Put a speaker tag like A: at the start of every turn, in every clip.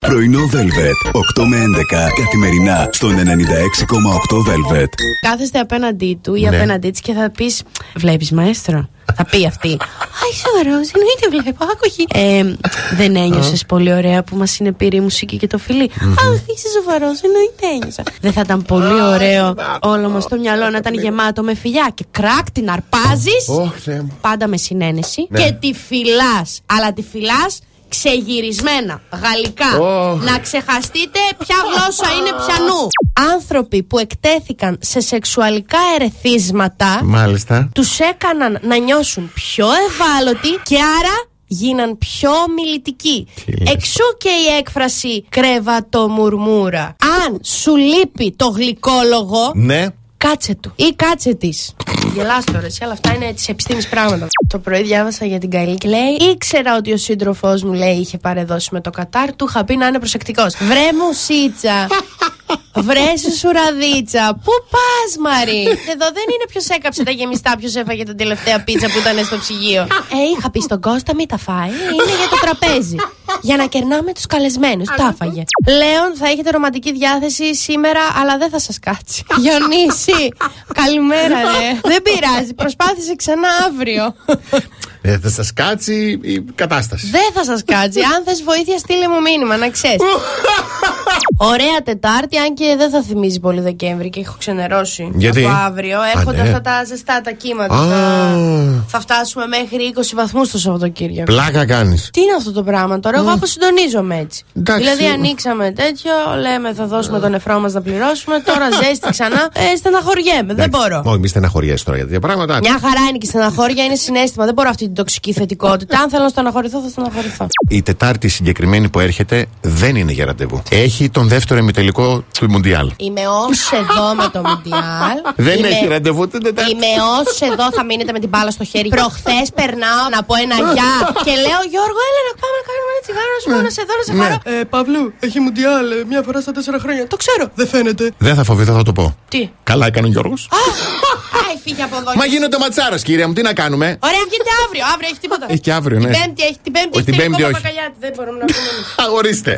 A: Πρωινό Velvet. 8 με 11 καθημερινά στον 96,8 Velvet.
B: Κάθεστε απέναντί του ή
C: Ναι.
B: απέναντί της και θα πεις: Βλέπεις μαέστρο. θα πει αυτή. Α, είσαι ωραίο, εννοείται βλέπω. Άκουγε. Ε, δεν ένιωσες πολύ ωραία που μας είναι πήρη η μουσική και το φιλί. Αχ, είσαι σοβαρός, εννοείται ένιωσα. δεν θα ήταν πολύ ωραίο όλο μας το μυαλό να ήταν γεμάτο με φιλιά και κράκ την αρπάζεις.
C: Ωχ, ναι.
B: πάντα με συνένεση
C: Ναι.
B: και τη φυλάς. Αλλά τη φυλάς ξεγυρισμένα, γαλλικά.
C: Ωχ.
B: Να ξεχαστείτε ποια γλώσσα είναι πιανού. Άνθρωποι που εκτέθηκαν σε σεξουαλικά ερεθίσματα
C: Μάλιστα.
B: τους έκαναν να νιώσουν πιο ευάλωτοι και άρα γίναν πιο μιλητικοί.
C: Τι λες.
B: Εξού και η έκφραση κρεβατομουρμούρα. Αν σου λείπει το γλυκόλογο,
C: Ναι.
B: Κάτσε του ή κάτσε της. Γελάς τώρα, εσύ, αλλά αυτά είναι της επιστήμης πράγματα. Το πρωί διάβασα για την Καηλή και λέει: Ήξερα ότι ο σύντροφός μου λέει είχε παρεδώσει με το Κατάρ, του είχα πει να είναι προσεκτικός. Βρε μου σίτσα. Βρε σου σουραδίτσα. Πού πας, Μαρή. Εδώ δεν είναι ποιος έκαψε τα γεμιστά, ποιος έφαγε την τελευταία πίτσα που ήταν στο ψυγείο. Ε, είχα πει στον Κώστα, μην τα φάει. Είναι για το τραπέζι. Για να κερνάμε τους καλεσμένους. Τα έφαγε. Λέων, θα έχετε ρομαντική διάθεση σήμερα, αλλά δεν θα σας κάτσει. Γιονίση, καλημέρα, ρε. δεν πειράζει. Προσπάθησε ξανά αύριο.
C: Ε, θα σας κάτσει η κατάσταση.
B: δεν θα σας κάτσει. Αν θες βοήθεια, στείλε μου μήνυμα, να ξέρεις. Ωραία Τετάρτη, αν και δεν θα θυμίζει πολύ Δεκέμβρη και έχω ξενερώσει.
C: Γιατί?
B: Από αύριο
C: Α,
B: έρχονται
C: ναι.
B: αυτά τα ζεστά τα κύματα.
C: Α.
B: Θα, θα φτάσουμε μέχρι 20 βαθμούς το Σαββατοκύριακο.
C: Πλάκα κάνεις.
B: Τι είναι αυτό το πράγμα τώρα, εγώ αποσυντονίζομαι έτσι.
C: Ναι. Εντάξει.
B: Δηλαδή, ανοίξαμε τέτοιο, λέμε θα δώσουμε τον εφρό μας να πληρώσουμε. Τώρα ζέστη ξανά. Ε, στεναχωριέμαι, δεν μπορώ.
C: Όχι, μη στεναχωριέσαι τώρα για τέτοια πράγματα.
B: Μια χαρά είναι και η στεναχώρια, είναι συνέστημα. Δεν μπορώ αυτή την τοξική θετικότητα. Αν θέλω να στεναχωρηθώ, θα στεναχωρηθώ.
C: Η Τετάρτη συγκεκριμένη που έρχεται δεν είναι για ραντεβού. Έχει τον δεύτερο ημιτελικό του Μουντιάλ.
B: Είμαι ως εδώ με το Μουντιάλ.
C: Δεν
B: Είμαι-
C: έχει ραντεβού την Τετάρτη.
B: Είμαι ως εδώ, θα μείνετε με την μπάλα στο χέρι. Προχθές περνάω να πω ένα γεια και λέω Γιώργο, έλα να πάμε να κάνουμε ένα τσιγάρο να σου πω να σε δω, να σε
C: Ναι.
B: χαρώ.
D: Ε, Παύλου, έχει μουντιάλ ε, μια φορά στα τέσσερα χρόνια. Το ξέρω, δεν φαίνεται.
C: Δεν θα φοβηθώ, θα το πω.
B: Τι.
C: Καλά έκανε ο Γιώργος.
B: Άι, φύγε από εδώ.
C: Μα γίνονται ματσάρα, κύριε μου, τι να κάνουμε.
B: Ωραία, βγείτε αύριο. Αύριο έχει τίποτα.
C: Έχει και αύριο, ναι.
B: Την Πέμπτη έχει την Πέμπτη.
C: Όχι, την
B: έχει
C: Πέμπτη
B: τελικό
C: όχι.
B: Παπακαλιάτη, Δεν μπορούμε να πούμε. εμείς.
C: Α, Ορίστε.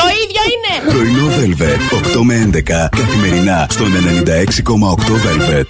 B: Το ίδιο είναι.
A: Πρωινό Velvet. 8 με 11 καθημερινά στον 96,8 Velvet.